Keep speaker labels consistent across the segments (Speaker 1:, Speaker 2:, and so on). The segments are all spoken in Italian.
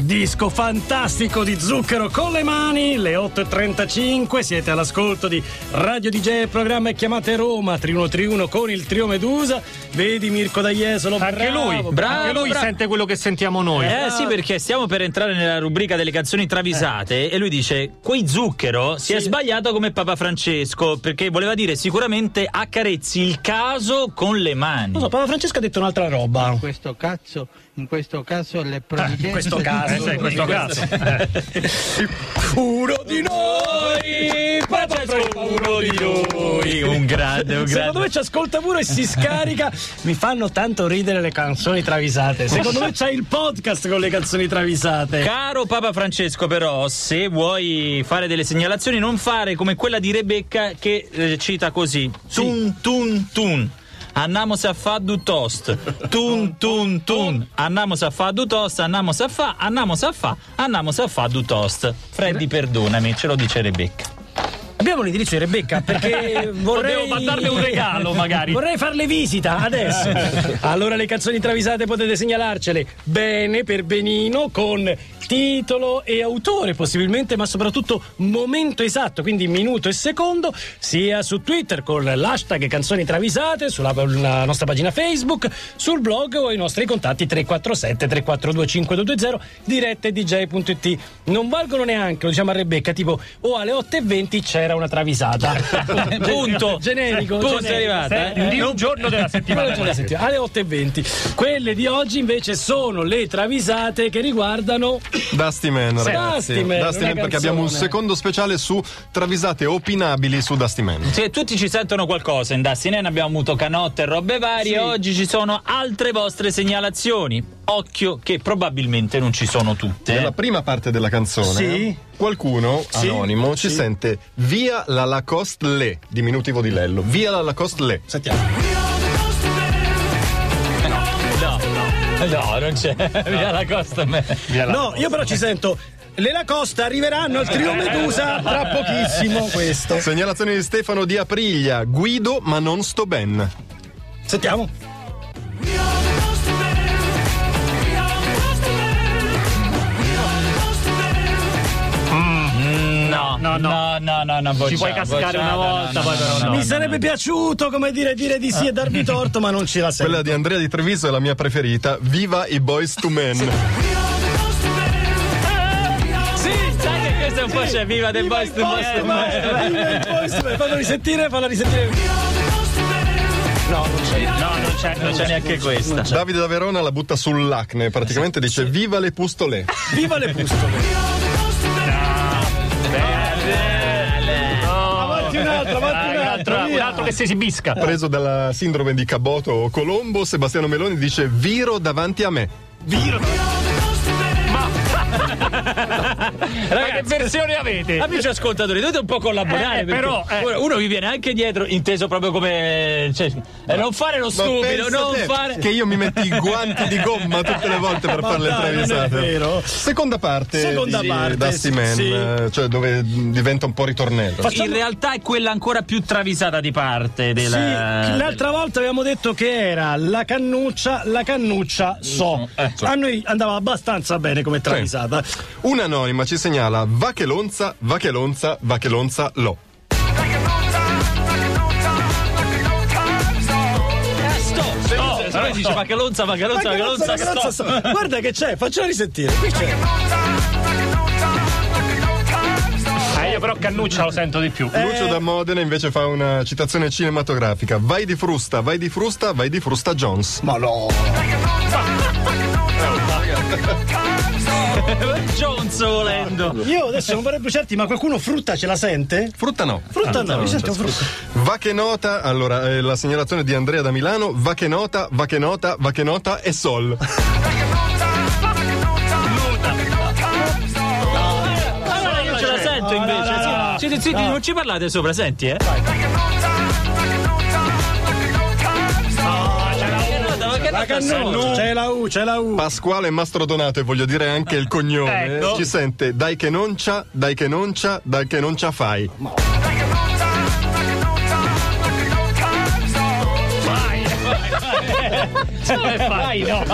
Speaker 1: disco fantastico di Zucchero con le mani, le 8.35, siete all'ascolto di Radio DJ, programma Chiamate Roma 3131 con il trio Medusa, vedi Mirko D'Aiesolo,
Speaker 2: Anche
Speaker 1: bravo,
Speaker 2: lui,
Speaker 1: bravo,
Speaker 2: anche lui
Speaker 1: bravo.
Speaker 2: sente quello che sentiamo noi.
Speaker 3: Eh sì, perché stiamo per entrare nella rubrica delle canzoni travisate
Speaker 1: Eh.
Speaker 3: e lui dice: Quei zucchero si è sbagliato come Papa Francesco, perché voleva dire sicuramente accarezzi il caso con le mani.
Speaker 1: Non so, Papa Francesco ha detto un'altra roba.
Speaker 4: In questo caso, in questo caso le provvidenze
Speaker 1: In questo caso,
Speaker 2: Eh, sì, in questo caso.
Speaker 1: Uno di noi, Francesco, uno di noi.
Speaker 3: Un grande, un
Speaker 1: Secondo
Speaker 3: grande.
Speaker 1: me ci ascolta pure e si scarica. Mi fanno tanto ridere le canzoni travisate. Secondo me c'è il podcast con le canzoni travisate.
Speaker 3: Caro Papa Francesco, però, se vuoi fare delle segnalazioni, non fare come quella di Rebecca che eh, cita così: Tun tun tun. Annamos a fa du tost. Tun tun tun. Annamos a fa du tost. Annamos a fa. Annamos a fa. Annamos a fa du tost. Freddy, perdonami, ce lo dice Rebecca.
Speaker 1: Abbiamo l'indirizzo di Rebecca perché vorrei.
Speaker 2: Potevo mandarle un regalo, magari.
Speaker 1: Vorrei farle visita adesso. allora le canzoni travisate potete segnalarcele bene per benino con titolo e autore possibilmente, ma soprattutto momento esatto, quindi minuto e secondo, sia su Twitter con l'hashtag canzoni travisate, sulla la nostra pagina Facebook, sul blog o ai nostri contatti 347 342 5220 dirette dj.it. Non valgono neanche, lo diciamo a Rebecca, tipo o alle 8.20 c'era una travisata.
Speaker 3: Punto.
Speaker 1: Generico. generico.
Speaker 3: Punto, è arrivata.
Speaker 2: Di
Speaker 3: Eh?
Speaker 2: un giorno
Speaker 1: Quello
Speaker 2: della settimana.
Speaker 1: ce la sentiamo. Alle 8.20. Quelle di oggi invece sono le travisate che riguardano.
Speaker 5: Dusty Man,
Speaker 1: Sì.
Speaker 5: ragazzi.
Speaker 1: Dusty Man, una
Speaker 5: Dusty Man, perché
Speaker 1: canzone.
Speaker 5: abbiamo un secondo speciale su travisate opinabili su Dusty Man.
Speaker 3: Se tutti ci sentono qualcosa in Dastinen abbiamo avuto canotte e robe varie, oggi ci sono altre vostre segnalazioni. Occhio che probabilmente non ci sono tutte.
Speaker 5: Nella prima parte della canzone,
Speaker 1: Sì.
Speaker 5: qualcuno
Speaker 1: Sì.
Speaker 5: anonimo ci
Speaker 1: Sì.
Speaker 5: sente via la Lacoste Le, diminutivo di Lello. Via la Lacoste Le.
Speaker 1: Sentiamo.
Speaker 3: No, eh. no, non c'è. Via la costa a me.
Speaker 1: No, io però ci sento. Le Lacosta arriveranno al trio Medusa tra pochissimo. Questo.
Speaker 5: Segnalazione di Stefano di Apriglia, Guido ma non sto ben.
Speaker 1: Sentiamo.
Speaker 3: No,
Speaker 2: No, no.
Speaker 3: no, no, no, no,
Speaker 2: Ci puoi
Speaker 3: bocciato,
Speaker 2: cascare
Speaker 3: bocciato,
Speaker 2: una volta,
Speaker 3: no,
Speaker 2: poi
Speaker 3: no,
Speaker 2: però
Speaker 3: no,
Speaker 2: no.
Speaker 1: Mi
Speaker 3: no,
Speaker 1: sarebbe piaciuto, come dire, dire di sì e darvi torto, ma non ce la sento.
Speaker 5: Quella di Andrea di Treviso è la mia preferita. Viva i Boys to Men.
Speaker 3: Sì, sai che questo è un po' c'è viva del boys to
Speaker 1: Boys to
Speaker 3: Man.
Speaker 1: Man, viva il Boys to Man. Fallo risentire, fallo risentire.
Speaker 2: No, non c'è,
Speaker 3: Non
Speaker 2: non
Speaker 3: c'è
Speaker 2: c'è.
Speaker 3: neanche questa.
Speaker 5: Davide da Verona la butta sull'acne, praticamente dice viva le pustole.
Speaker 1: Viva le pustole. Avanti un altro, avanti un
Speaker 2: Un
Speaker 1: altro.
Speaker 2: altro, un
Speaker 1: via.
Speaker 2: altro che si esibisca.
Speaker 5: Preso dalla sindrome di Caboto o Colombo, Sebastiano Meloni dice viro davanti a me.
Speaker 2: Ma che versione avete?
Speaker 3: Amici ascoltatori, dovete un po' collaborare.
Speaker 2: Eh, però,
Speaker 3: perché
Speaker 2: eh.
Speaker 3: uno vi viene anche dietro, inteso proprio come. cioè, eh, non fare lo
Speaker 5: Ma
Speaker 3: stupido,
Speaker 5: pensa
Speaker 3: non
Speaker 5: te
Speaker 3: fare.
Speaker 5: Che io mi metti i guanti di gomma tutte le volte per fare le
Speaker 1: dai, non è
Speaker 5: travisate.
Speaker 1: vero.
Speaker 5: Seconda parte.
Speaker 1: Seconda
Speaker 5: di
Speaker 1: parte,
Speaker 5: Dusty
Speaker 1: sì,
Speaker 5: Man,
Speaker 1: sì.
Speaker 5: eh, cioè dove diventa un po' ritornello.
Speaker 1: Facciamo-
Speaker 3: In realtà è quella ancora più travisata di parte
Speaker 1: Sì,
Speaker 3: della.
Speaker 1: l'altra volta avevamo detto che era la cannuccia, la cannuccia so. A noi andava abbastanza bene come travisata.
Speaker 5: Un'anonima ci segnala Vachelonza, Vachelonza, Vachelonza Lo.
Speaker 3: Oh, però dice Vacalonza, Vacalonza,
Speaker 1: Ma che cazzo,
Speaker 3: Vacalonza,
Speaker 1: ma che cazzo
Speaker 3: stop.
Speaker 1: so? Guarda che c'è, faccela risentire. Qui c'è.
Speaker 2: Eh, io però Cannuccia lo sento di
Speaker 1: Eh.
Speaker 2: più.
Speaker 5: Lucio da Modena invece fa una citazione cinematografica. Vai di frusta, vai di frusta, vai di frusta Jones.
Speaker 1: Ma no.
Speaker 3: Jones volendo.
Speaker 1: Io adesso non vorrei più certi, ma qualcuno frutta ce la sente?
Speaker 5: Frutta no.
Speaker 1: Frutta no, mi sento frutta.
Speaker 5: Va che nota, allora eh, la segnalazione di Andrea da Milano, va che nota, va che nota, va che nota e sol.
Speaker 3: Allora io ce la sento
Speaker 1: No, no,
Speaker 3: invece.
Speaker 1: no,
Speaker 3: sì.
Speaker 1: no.
Speaker 3: Siete zitti, non ci parlate sopra, senti, eh. Vacalonza,
Speaker 1: La
Speaker 3: Vacalonza,
Speaker 1: cannuccia, c'è la U, c'è la U.
Speaker 5: Pasquale Mastrodonato e voglio dire anche il cognome
Speaker 2: Ecco.
Speaker 5: ci sente dai che non c'ha, dai che non c'ha, dai che non c'ha fai.
Speaker 2: Come fai, no?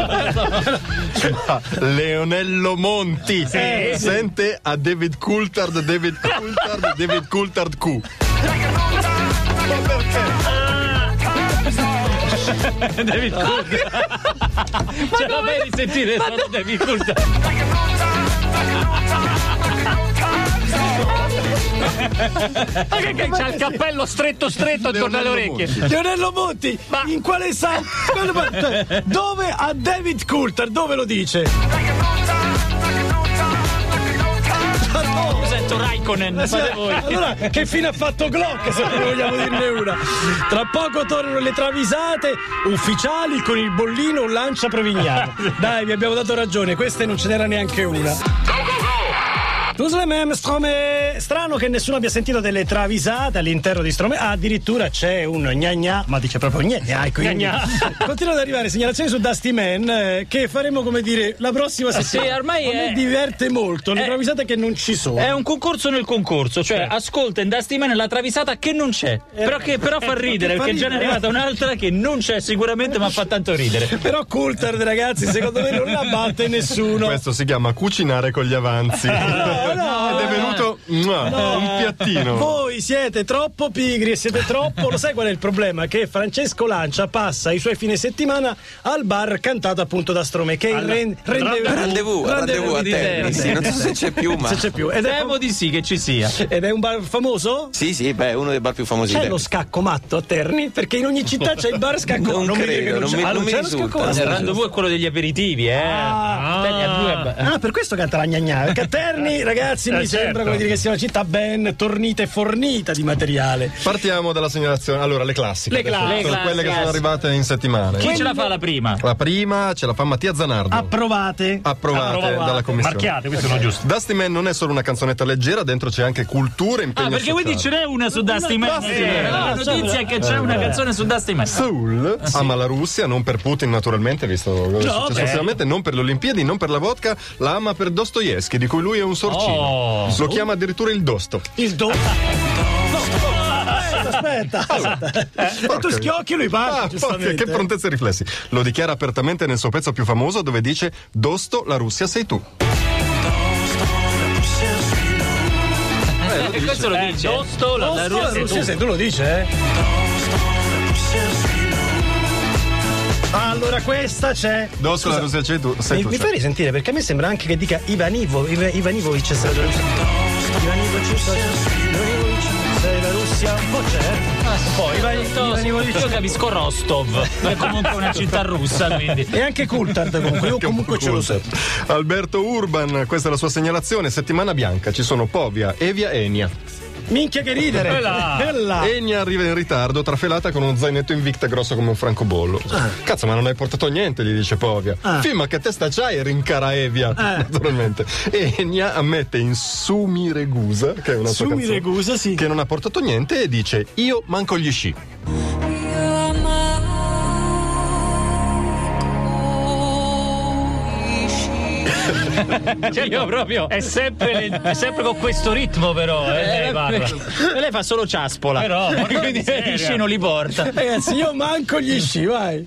Speaker 5: Leonello Monti
Speaker 2: Sì.
Speaker 5: sente a David Coulthard David Coulthard David Coulthard Q
Speaker 3: David Coulthard. Ce la fai risentire solo David Coulthard.
Speaker 2: Ma che, che c'ha il cappello stretto stretto attorno alle
Speaker 5: Leonello
Speaker 2: orecchie?
Speaker 1: Leonello Monti,
Speaker 2: Ma-
Speaker 1: in quale sa? quale- ma- cioè, Dove a David Coulter? Dove lo dice?
Speaker 3: Io sento Raikkonen. Fate voi.
Speaker 1: Allora, che fine ha fatto Glock? Se ne vogliamo dirne una. Tra poco tornano le travisate ufficiali con il bollino lancia prevignano. Dai, vi abbiamo dato ragione, queste non ce n'era neanche una. Jerusalem è Strome. Strano che nessuno abbia sentito delle travisate all'interno di Strome. Ah, addirittura c'è un gna gna, ma dice proprio gna gna. e Quindi...
Speaker 2: Gna
Speaker 1: Continuano ad arrivare segnalazioni su Dusty Man eh, che faremo come dire la prossima settimana.
Speaker 3: ormai
Speaker 1: A me
Speaker 3: è-
Speaker 1: diverte molto le
Speaker 3: è-
Speaker 1: travisate che non ci sono.
Speaker 3: È un concorso nel concorso, cioè ascolta in Dusty Man la travisata che non c'è, però, che, però fa ridere
Speaker 1: Eh. fa
Speaker 3: perché già ne è
Speaker 1: ridere.
Speaker 3: arrivata un'altra che non c'è sicuramente ma fa tanto ridere.
Speaker 1: Però Coulthard, ragazzi, secondo me non la batte nessuno.
Speaker 5: questo si chiama cucinare con gli avanzi
Speaker 1: no,
Speaker 5: ed è venuto mua, un piattino
Speaker 1: Voi siete troppo pigri e siete troppo. Lo sai qual è il problema? Che Francesco Lancia passa i suoi fine settimana al bar cantato appunto da Strome, che è il ren- rendezvous.
Speaker 6: Rendezvous, rendezvous a
Speaker 1: di
Speaker 6: tennis.
Speaker 1: tennis.
Speaker 6: Non so se c'è più, ma.
Speaker 1: Se c'è più. Ed è,
Speaker 3: Temo di sì che ci sia.
Speaker 1: ed è un bar famoso?
Speaker 6: Sì, sì, beh, è uno dei bar più famosi
Speaker 1: C'è
Speaker 6: del-
Speaker 1: lo scacco matto a Terni? Perché in ogni città c'è il bar scacco matto.
Speaker 6: Non
Speaker 1: mi
Speaker 6: credo,
Speaker 1: dire che
Speaker 6: non
Speaker 1: c'è.
Speaker 6: mi-
Speaker 1: Ah,
Speaker 6: non mi
Speaker 1: c'è lo
Speaker 6: risulta.
Speaker 1: scacco matto?
Speaker 6: Eh,
Speaker 3: Il rendezvous è quello degli aperitivi, eh.
Speaker 1: Ah.
Speaker 3: Terni a due è be-
Speaker 1: Ah, per questo canta la gnagna. Perché a Terni, ragazzi, mi
Speaker 2: Eh, certo.
Speaker 1: sembra come dire che sia una città ben tornita e fornita di materiale.
Speaker 5: partiamo dalla segnalazione allora le classiche
Speaker 1: Le
Speaker 5: Adesso
Speaker 1: classiche.
Speaker 5: sono quelle che sono arrivate in settimana
Speaker 3: Chi ce la fa la prima?
Speaker 5: la prima ce la fa Mattia Zanardo
Speaker 1: Approvate.
Speaker 5: approvate,
Speaker 1: Approvate.
Speaker 5: dalla commissione
Speaker 2: Marchiate, questo non è giusto.
Speaker 5: Dusty Man non è solo una canzonetta leggera, dentro c'è anche cultura e impegno
Speaker 3: Ah, perché
Speaker 5: sociale.
Speaker 3: quindi ce n'è una su Dusty Man.
Speaker 5: Dusty
Speaker 3: Eh,
Speaker 5: Man.
Speaker 3: La notizia è che c'è una canzone su Dusty Man.
Speaker 5: Seoul ama la Russia, non per Putin naturalmente, visto quello che è successo
Speaker 2: beh.
Speaker 5: ultimamente, non per le Olimpiadi, non per la vodka, la ama per Dostoevsky, di cui lui è un sorcino.
Speaker 2: Oh.
Speaker 5: Lo chiama addirittura il Dosto.
Speaker 1: Il do. Aspetta, aspetta. E tu schiocchi e lui parla.
Speaker 5: Ah, porca,
Speaker 1: giustamente.
Speaker 5: che prontezza e riflessi. Lo dichiara apertamente nel suo pezzo più famoso dove dice Dosto, la Russia sei tu.
Speaker 3: E questo lo dice.
Speaker 2: Tosto, la, la
Speaker 1: Sì,
Speaker 2: Russia
Speaker 1: sì,
Speaker 2: è
Speaker 1: sì, tu lo dici, eh? Allora, questa c'è.
Speaker 5: Dosto, la Russia sei tu. Sei
Speaker 1: Mi,
Speaker 5: tu,
Speaker 1: mi
Speaker 5: cioè.
Speaker 1: fai risentire perché a me sembra anche che dica Ivanivo, Iva- Ivanivovic è stato Ivanivovic Ivanivovic, sei la Russia, un po' c'è. Un po', Ivan- Ivanivovic.
Speaker 3: Io capisco Rostov, è comunque una città russa, quindi.
Speaker 1: E anche Coulthard comunque, io comunque ce lo so.
Speaker 5: Alberto Urban, questa è la sua segnalazione. Settimana bianca, ci sono Povia, Evia e Enia.
Speaker 1: Minchia che ridere!
Speaker 2: là.
Speaker 1: Bella!
Speaker 5: Egna arriva in ritardo, trafelata con uno zainetto invicta grosso come un francobollo. Cazzo, ma non hai portato niente, gli dice Povia.
Speaker 1: Ah.
Speaker 5: Fimma che testa c'hai e rincara Evia, naturalmente. Egna ammette in Sumiregusa, che è una sua canzone,
Speaker 1: Sumiregusa, sì.
Speaker 5: che non ha portato niente e dice io manco gli sci.
Speaker 2: Certo, proprio. È sempre, le- è sempre con questo ritmo, però. Eh, lei parla.
Speaker 3: E lei fa solo ciaspola.
Speaker 2: Però, porca
Speaker 3: quindi
Speaker 2: miseria.
Speaker 3: il scino li porta.
Speaker 1: Ragazzi, io manco gli sci, vai!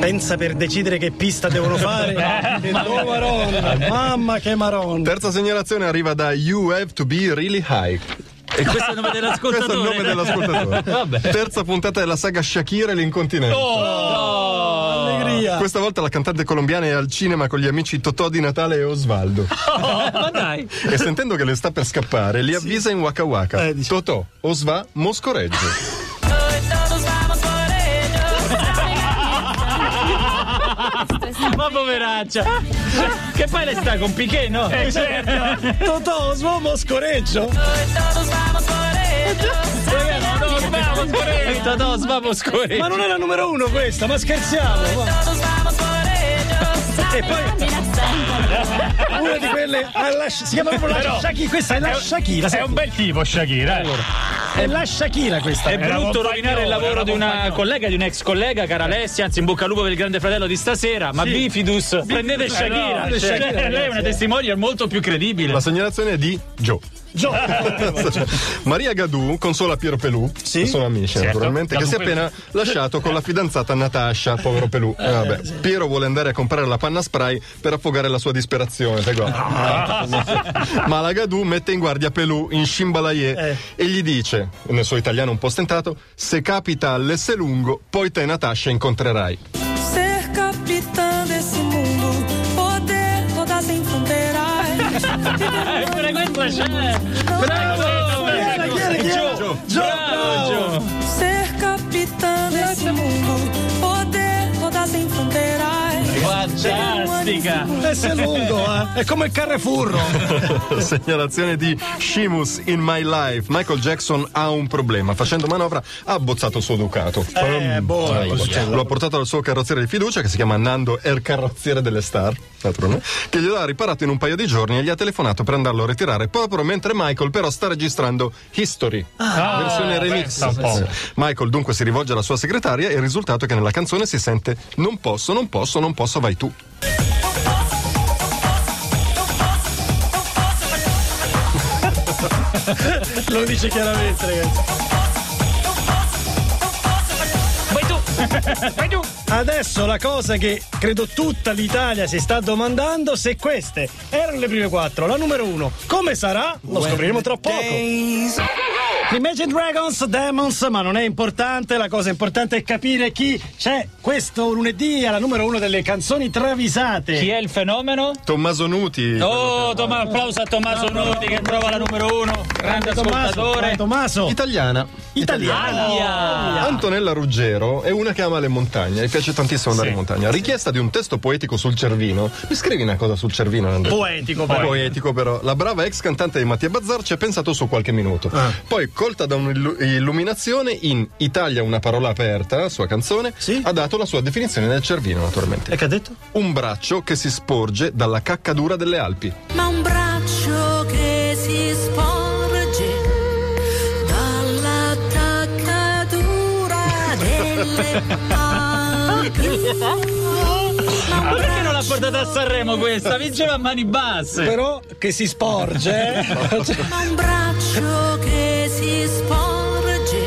Speaker 1: Pensa per decidere che pista devono fare. che do maronna. Mamma che maronna.
Speaker 5: Terza segnalazione arriva da You Have to Be Really High.
Speaker 3: E questo è il nome dell'ascoltatore.
Speaker 5: Questo è il nome dell'ascoltatore.
Speaker 3: Vabbè.
Speaker 5: Terza puntata della saga Shakira e l'incontinenza.
Speaker 1: Allegria.
Speaker 5: Questa volta la cantante colombiana è al cinema con gli amici Totò di Natale e Osvaldo.
Speaker 3: Ma dai.
Speaker 5: e sentendo che le sta per scappare, li avvisa in Waka Waka. Totò, Osva, Moscoreggio.
Speaker 3: Ma poveraccia. Cioè, che poi le sta con Piquet, no?
Speaker 1: Totò, uomo scoreggio.
Speaker 3: Detto, no, svamo scorretto.
Speaker 1: Ma non è la numero uno questa, ma scherziamo. ma- E poi una di quelle alla, si chiama proprio la
Speaker 2: Però-
Speaker 1: Shakira, questa è la Shakira,
Speaker 2: È un bel tipo, Shakira. eh.
Speaker 1: è la Shakira questa.
Speaker 3: È
Speaker 2: Era
Speaker 3: brutto
Speaker 2: compagnola,
Speaker 3: rovinare il lavoro
Speaker 2: era
Speaker 3: di una
Speaker 2: compagnola.
Speaker 3: collega, di un ex collega, cara Alessia, anzi in bocca al lupo per il grande fratello di stasera, ma Bifidus, prendete
Speaker 2: eh,
Speaker 3: Shakira,
Speaker 2: no,
Speaker 3: cioè,
Speaker 2: Shakira,
Speaker 3: lei è una testimonial molto più credibile.
Speaker 5: La segnalazione è di Joe.
Speaker 2: Gio.
Speaker 5: Maria Gadù consola Piero Pelù, che sono amici
Speaker 2: Certo.
Speaker 5: naturalmente, che si è
Speaker 2: Gadù
Speaker 5: appena lasciato con la fidanzata Natascia, povero Pelù. Eh, vabbè. Piero vuole andare a comprare la panna spray per affogare la sua disperazione. sai qua. Ma la Gadù mette in guardia Pelù in Shimbalaye e gli dice, nel suo italiano un po' stentato, se capita all'S lungo, poi te Natascia incontrerai.
Speaker 7: Ser capitã desse mundo, poder rodar sem fronteiras.
Speaker 3: Gio, bravo, Gio.
Speaker 7: Ser capitã desse mundo, poder rodar sem fronteiras.
Speaker 3: Fantastica.
Speaker 1: è lungo, eh. È come il carrefurro.
Speaker 5: Segnalazione di Shimus in My Life. Michael Jackson ha un problema. Facendo manovra ha abbozzato il suo Ducato.
Speaker 1: Eh, boh,
Speaker 5: Sai,
Speaker 1: cosa succede?
Speaker 5: Lo ha portato dal suo carrozziere di fiducia che si chiama Nando Air Carrozziere delle Star, naturalmente, che glielo ha riparato in un paio di giorni e gli ha telefonato per andarlo a ritirare proprio mentre Michael però sta registrando History, versione remix.
Speaker 2: pensa un po'.
Speaker 5: Eh, Michael dunque si rivolge alla sua segretaria e il risultato è che nella canzone si sente non posso, non posso, non posso, vai tu.
Speaker 1: Lo dice chiaramente, ragazzi.
Speaker 2: Vai tu. Vai tu.
Speaker 1: Adesso la cosa che credo tutta l'Italia si sta domandando se queste erano le prime quattro, la numero uno, come sarà? Lo scopriremo tra poco. Imagine Dragons, Demons, ma non è importante, la cosa importante è capire chi c'è questo lunedì alla numero uno delle canzoni travisate.
Speaker 3: Chi è il fenomeno?
Speaker 5: Tommaso Nuti.
Speaker 3: Oh, Toma- applauso a Tommaso Nuti che trova la numero uno. Grande
Speaker 1: Tommaso, vai,
Speaker 3: ascoltatore.
Speaker 1: Tommaso,
Speaker 5: Italiana.
Speaker 1: italiano.
Speaker 3: Aia.
Speaker 5: Antonella Ruggero è una che ama le montagne, le piace tantissimo andare in montagna. Richiesta di un testo poetico sul Cervino. Mi scrivi una cosa sul Cervino, Andrea?
Speaker 1: Poetico
Speaker 5: Poetico,
Speaker 1: poi.
Speaker 5: però. La brava ex cantante di Mattia Bazzar ci ha pensato su qualche minuto. Poi, colta da un'illuminazione, in Italia una parola aperta, sua canzone,
Speaker 1: Sì.
Speaker 5: ha dato la sua definizione del Cervino, naturalmente.
Speaker 1: E che ha detto?
Speaker 5: Un braccio che si sporge dalla caccadura delle Alpi.
Speaker 7: Ma un braccio che si sporge dall'attaccatura delle Alpi. Ma
Speaker 3: Ma
Speaker 7: un
Speaker 3: perché non l'ha
Speaker 7: braccio-
Speaker 3: portata a Sanremo questa? Vinceva a mani basse.
Speaker 1: Però che si sporge, eh? Cioè,
Speaker 7: Ma un braccio che si sporge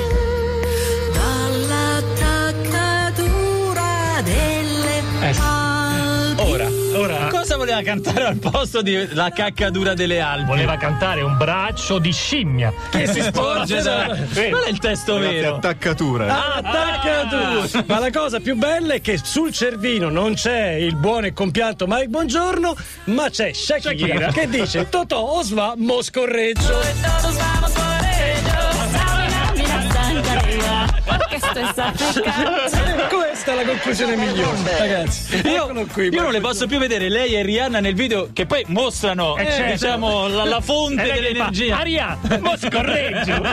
Speaker 7: dall'attaccatura delle Alpi.
Speaker 3: Ora,
Speaker 2: Ora
Speaker 3: cosa voleva cantare al posto di La caccadura delle Alpi?
Speaker 2: voleva cantare un braccio di scimmia.
Speaker 3: Che si sporge da...
Speaker 2: Sì.
Speaker 3: Qual è il testo
Speaker 5: Grazie,
Speaker 3: vero?
Speaker 5: attaccatura.
Speaker 1: Ah,
Speaker 3: Ah.
Speaker 1: Attaccatura! Ma la cosa più bella è che sul Cervino non c'è il buon e compianto Mike Buongiorno, ma c'è Shakira,
Speaker 2: Shakira.
Speaker 1: che dice Totò Osva Moscorreggio. Questa è la conclusione migliore, ragazzi.
Speaker 3: Io,
Speaker 1: Eccolo qui,
Speaker 3: io non le
Speaker 1: Mike
Speaker 3: posso più vedere lei e Rihanna nel video che poi mostrano
Speaker 2: Eh, certo.
Speaker 3: diciamo la, la fonte
Speaker 2: E lei gli fa,
Speaker 3: dell'energia.
Speaker 2: Aria, mo scorreggio.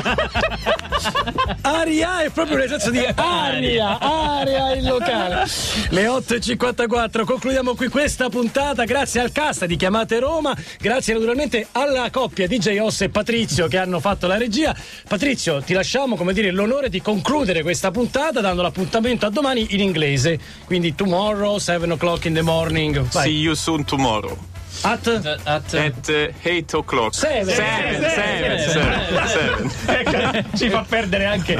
Speaker 1: Aria è proprio nel senso di aria, aria il locale. Le 8.54, concludiamo qui questa puntata. Grazie al cast di Chiamate Roma, grazie naturalmente alla coppia DJ Oss e Patrizio che hanno fatto la regia. Patrizio, ti lasciamo come dire l'onore di concludere questa puntata dando l'appuntamento a domani in inglese. Quindi tomorrow, 7 o'clock in the morning. Vai.
Speaker 8: See you soon tomorrow
Speaker 1: At
Speaker 8: at uh, 8 o'clock.
Speaker 1: Seven.
Speaker 8: Seven, seven, seven, seven.
Speaker 2: Ecco, Ci fa perdere anche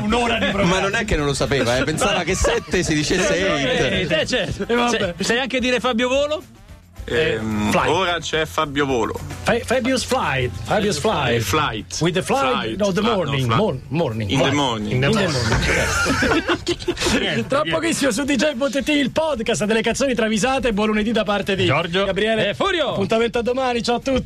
Speaker 2: un'ora di programma.
Speaker 6: Ma non è che non lo sapeva, eh. pensava che 7 si dicesse 8.
Speaker 3: Eh, certo. Sai- sai anche dire Fabio Volo?
Speaker 8: Ehm,
Speaker 1: flight.
Speaker 8: ora c'è Fabio Volo.
Speaker 1: Fa- Fabius Flight, Fabius
Speaker 8: E
Speaker 1: Flight.
Speaker 8: flight.
Speaker 1: With the flight, of the
Speaker 8: Ah, no,
Speaker 1: morning,
Speaker 8: flight.
Speaker 1: mor- morning.
Speaker 8: In the
Speaker 1: Flight.
Speaker 8: morning.
Speaker 1: In the morning. Tra pochissimo su DJ Botteti il podcast delle canzoni travisate. Buon lunedì da parte di
Speaker 2: Giorgio.
Speaker 1: Gabriele
Speaker 3: E Furio.
Speaker 1: Appuntamento a domani, ciao a tutti.